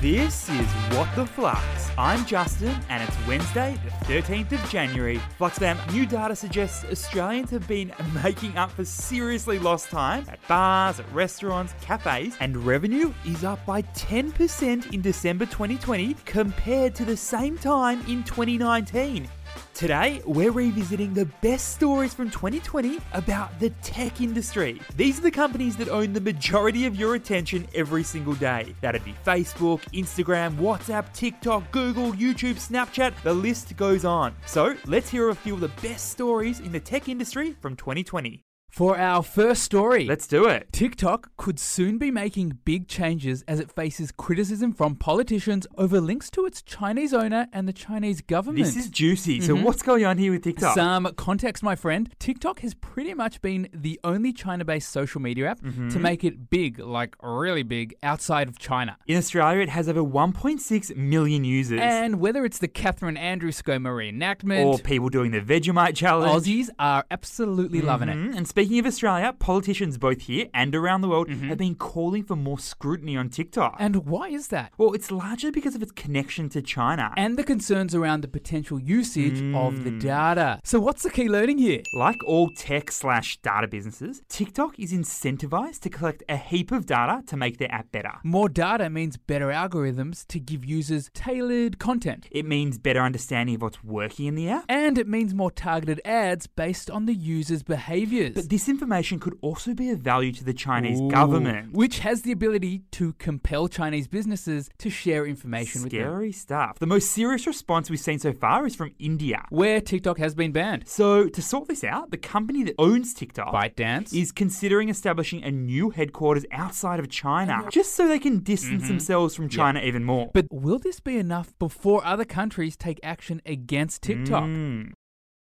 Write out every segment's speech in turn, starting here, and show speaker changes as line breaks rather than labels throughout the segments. This is What the Flux. I'm Justin, and it's Wednesday, the 13th of January. Fluxfam, new data suggests Australians have been making up for seriously lost time at bars, at restaurants, cafes, and revenue is up by 10% in December 2020 compared to the same time in 2019. Today, we're revisiting the best stories from 2020 about the tech industry. These are the companies that own the majority of your attention every single day. That'd be Facebook, Instagram, WhatsApp, TikTok, Google, YouTube, Snapchat, the list goes on. So let's hear a few of the best stories in the tech industry from 2020.
For our first story,
Let's do it.
TikTok could soon be making big changes as it faces criticism from politicians over links to its Chinese owner and the Chinese government.
This is juicy. So, what's going on here with TikTok?
Mm-hmm. Some context, my friend. TikTok has pretty much been the only China based social media app
Mm-hmm.
to make it big, like really big, outside of China.
In Australia, it has over 1.6 million users.
And whether it's the Catherine Andrewsko Marie enactment,
or people doing the Vegemite challenge.
Aussies are absolutely loving it.
Mhm. And speaking of Australia, politicians both here and around the world have been calling for more scrutiny on TikTok.
Mm-hmm. And why is that?
well, it's largely because of its connection to China.
And the concerns around the potential usage of the
Mm.
data. So, what's the key learning here?
like all tech slash data businesses, TikTok is incentivized to collect a heap of data to make their app better.
More data means better algorithms to give users tailored content.
It means better understanding of what's working in the app.
And it means more targeted ads based on the user's behaviors.
But this information could also be of value to the Chinese
Ooh.
government.
Which has the ability to compel Chinese businesses to share information with them.
Scary stuff. The most serious response we've seen so far is from India.
Where TikTok has been banned.
So, to sort this out, the company that owns TikTok
ByteDance.
is considering establishing a new headquarters outside of China just so they can distance themselves from China even more.
Uh-huh. Mm-hmm. but will this be enough before other countries take action against TikTok?
Mm.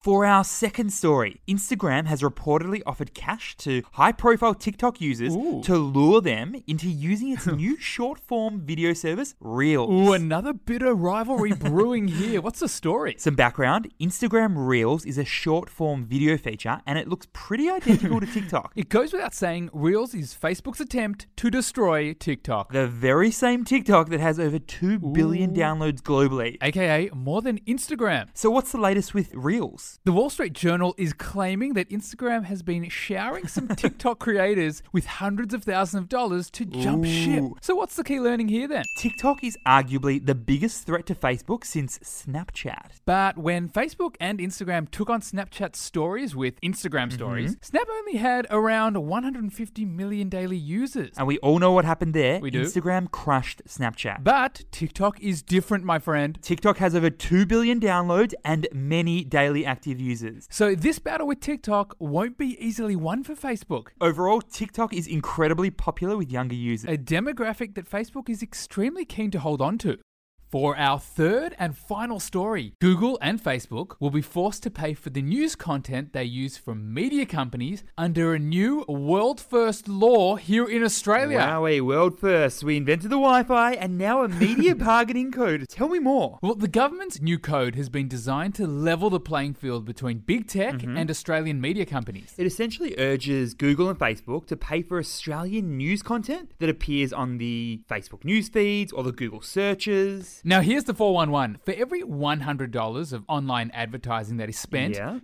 For our second story, Instagram has reportedly offered cash to high profile TikTok users
Ooh.
to lure them into using its new short form video service, Reels.
Ooh, another bitter rivalry brewing here. What's the story?
Some background Instagram Reels is a short form video feature and it looks pretty identical to TikTok.
It goes without saying, Reels is Facebook's attempt to destroy TikTok,
The very same TikTok that has over 2 billion
Ooh.
downloads globally.
aka more than Instagram.
So, what's the latest with Reels?
The Wall Street Journal is claiming that Instagram has been showering some TikTok creators with hundreds of thousands of dollars to jump ship.
Ooh.
So, what's the key learning here then?
TikTok is arguably the biggest threat to Facebook since Snapchat.
But when Facebook and Instagram took on Snapchat stories with Instagram stories, Snap only had around 150 million daily users.
And we all know what happened there.
We do.
Instagram crushed Snapchat.
But TikTok is different, my friend.
TikTok has over 2 billion downloads and many daily active users.
So, this battle with TikTok won't be easily won for Facebook.
Overall, TikTok is incredibly popular with younger users.
a demographic that Facebook is extremely keen to hold on to. For our third and final story, Google and Facebook will be forced to pay for the news content they use from media companies under a new world first law here in Australia.
Wowie, world first. We invented the Wi Fi and now a media bargaining code. Tell me more.
Well, the government's new code has been designed to level the playing field between big tech and Australian media companies.
It essentially urges Google and Facebook to pay for Australian news content that appears on the Facebook news feeds or the Google searches.
Now, here's the 411. For every $100 of online advertising that is spent,
Yeah.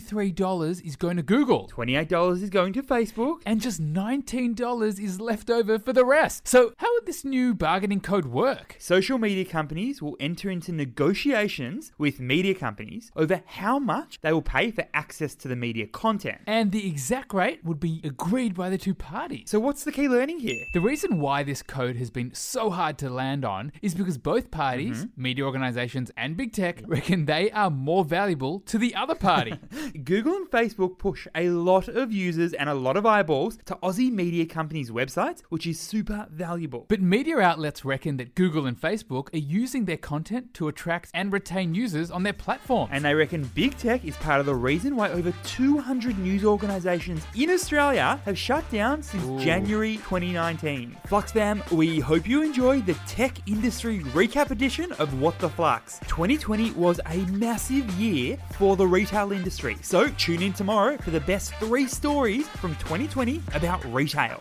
$53 is going to Google.
$28 is going to Facebook.
and just $19 is left over for the rest. So, how would this new bargaining code work?
Social media companies will enter into negotiations with media companies over how much they will pay for access to the media content.
And the exact rate would be agreed by the two parties.
So, what's the key learning here?
The reason why this code has been so hard to land on is because both parties, media organizations and big tech, reckon they are more valuable to the other party.
Google and Facebook push a lot of users and a lot of eyeballs to Aussie media companies' websites, which is super valuable.
but media outlets reckon that Google and Facebook are using their content to attract and retain users on their platforms.
And they reckon big tech is part of the reason why over 200 news organisations in Australia have shut down since
Ooh.
January 2019. Flux fam, we hope you enjoyed the tech industry recap edition of What the Flux. 2020 was a massive year for the retail industry, so tune in tomorrow for the best three stories from 2020 about retail.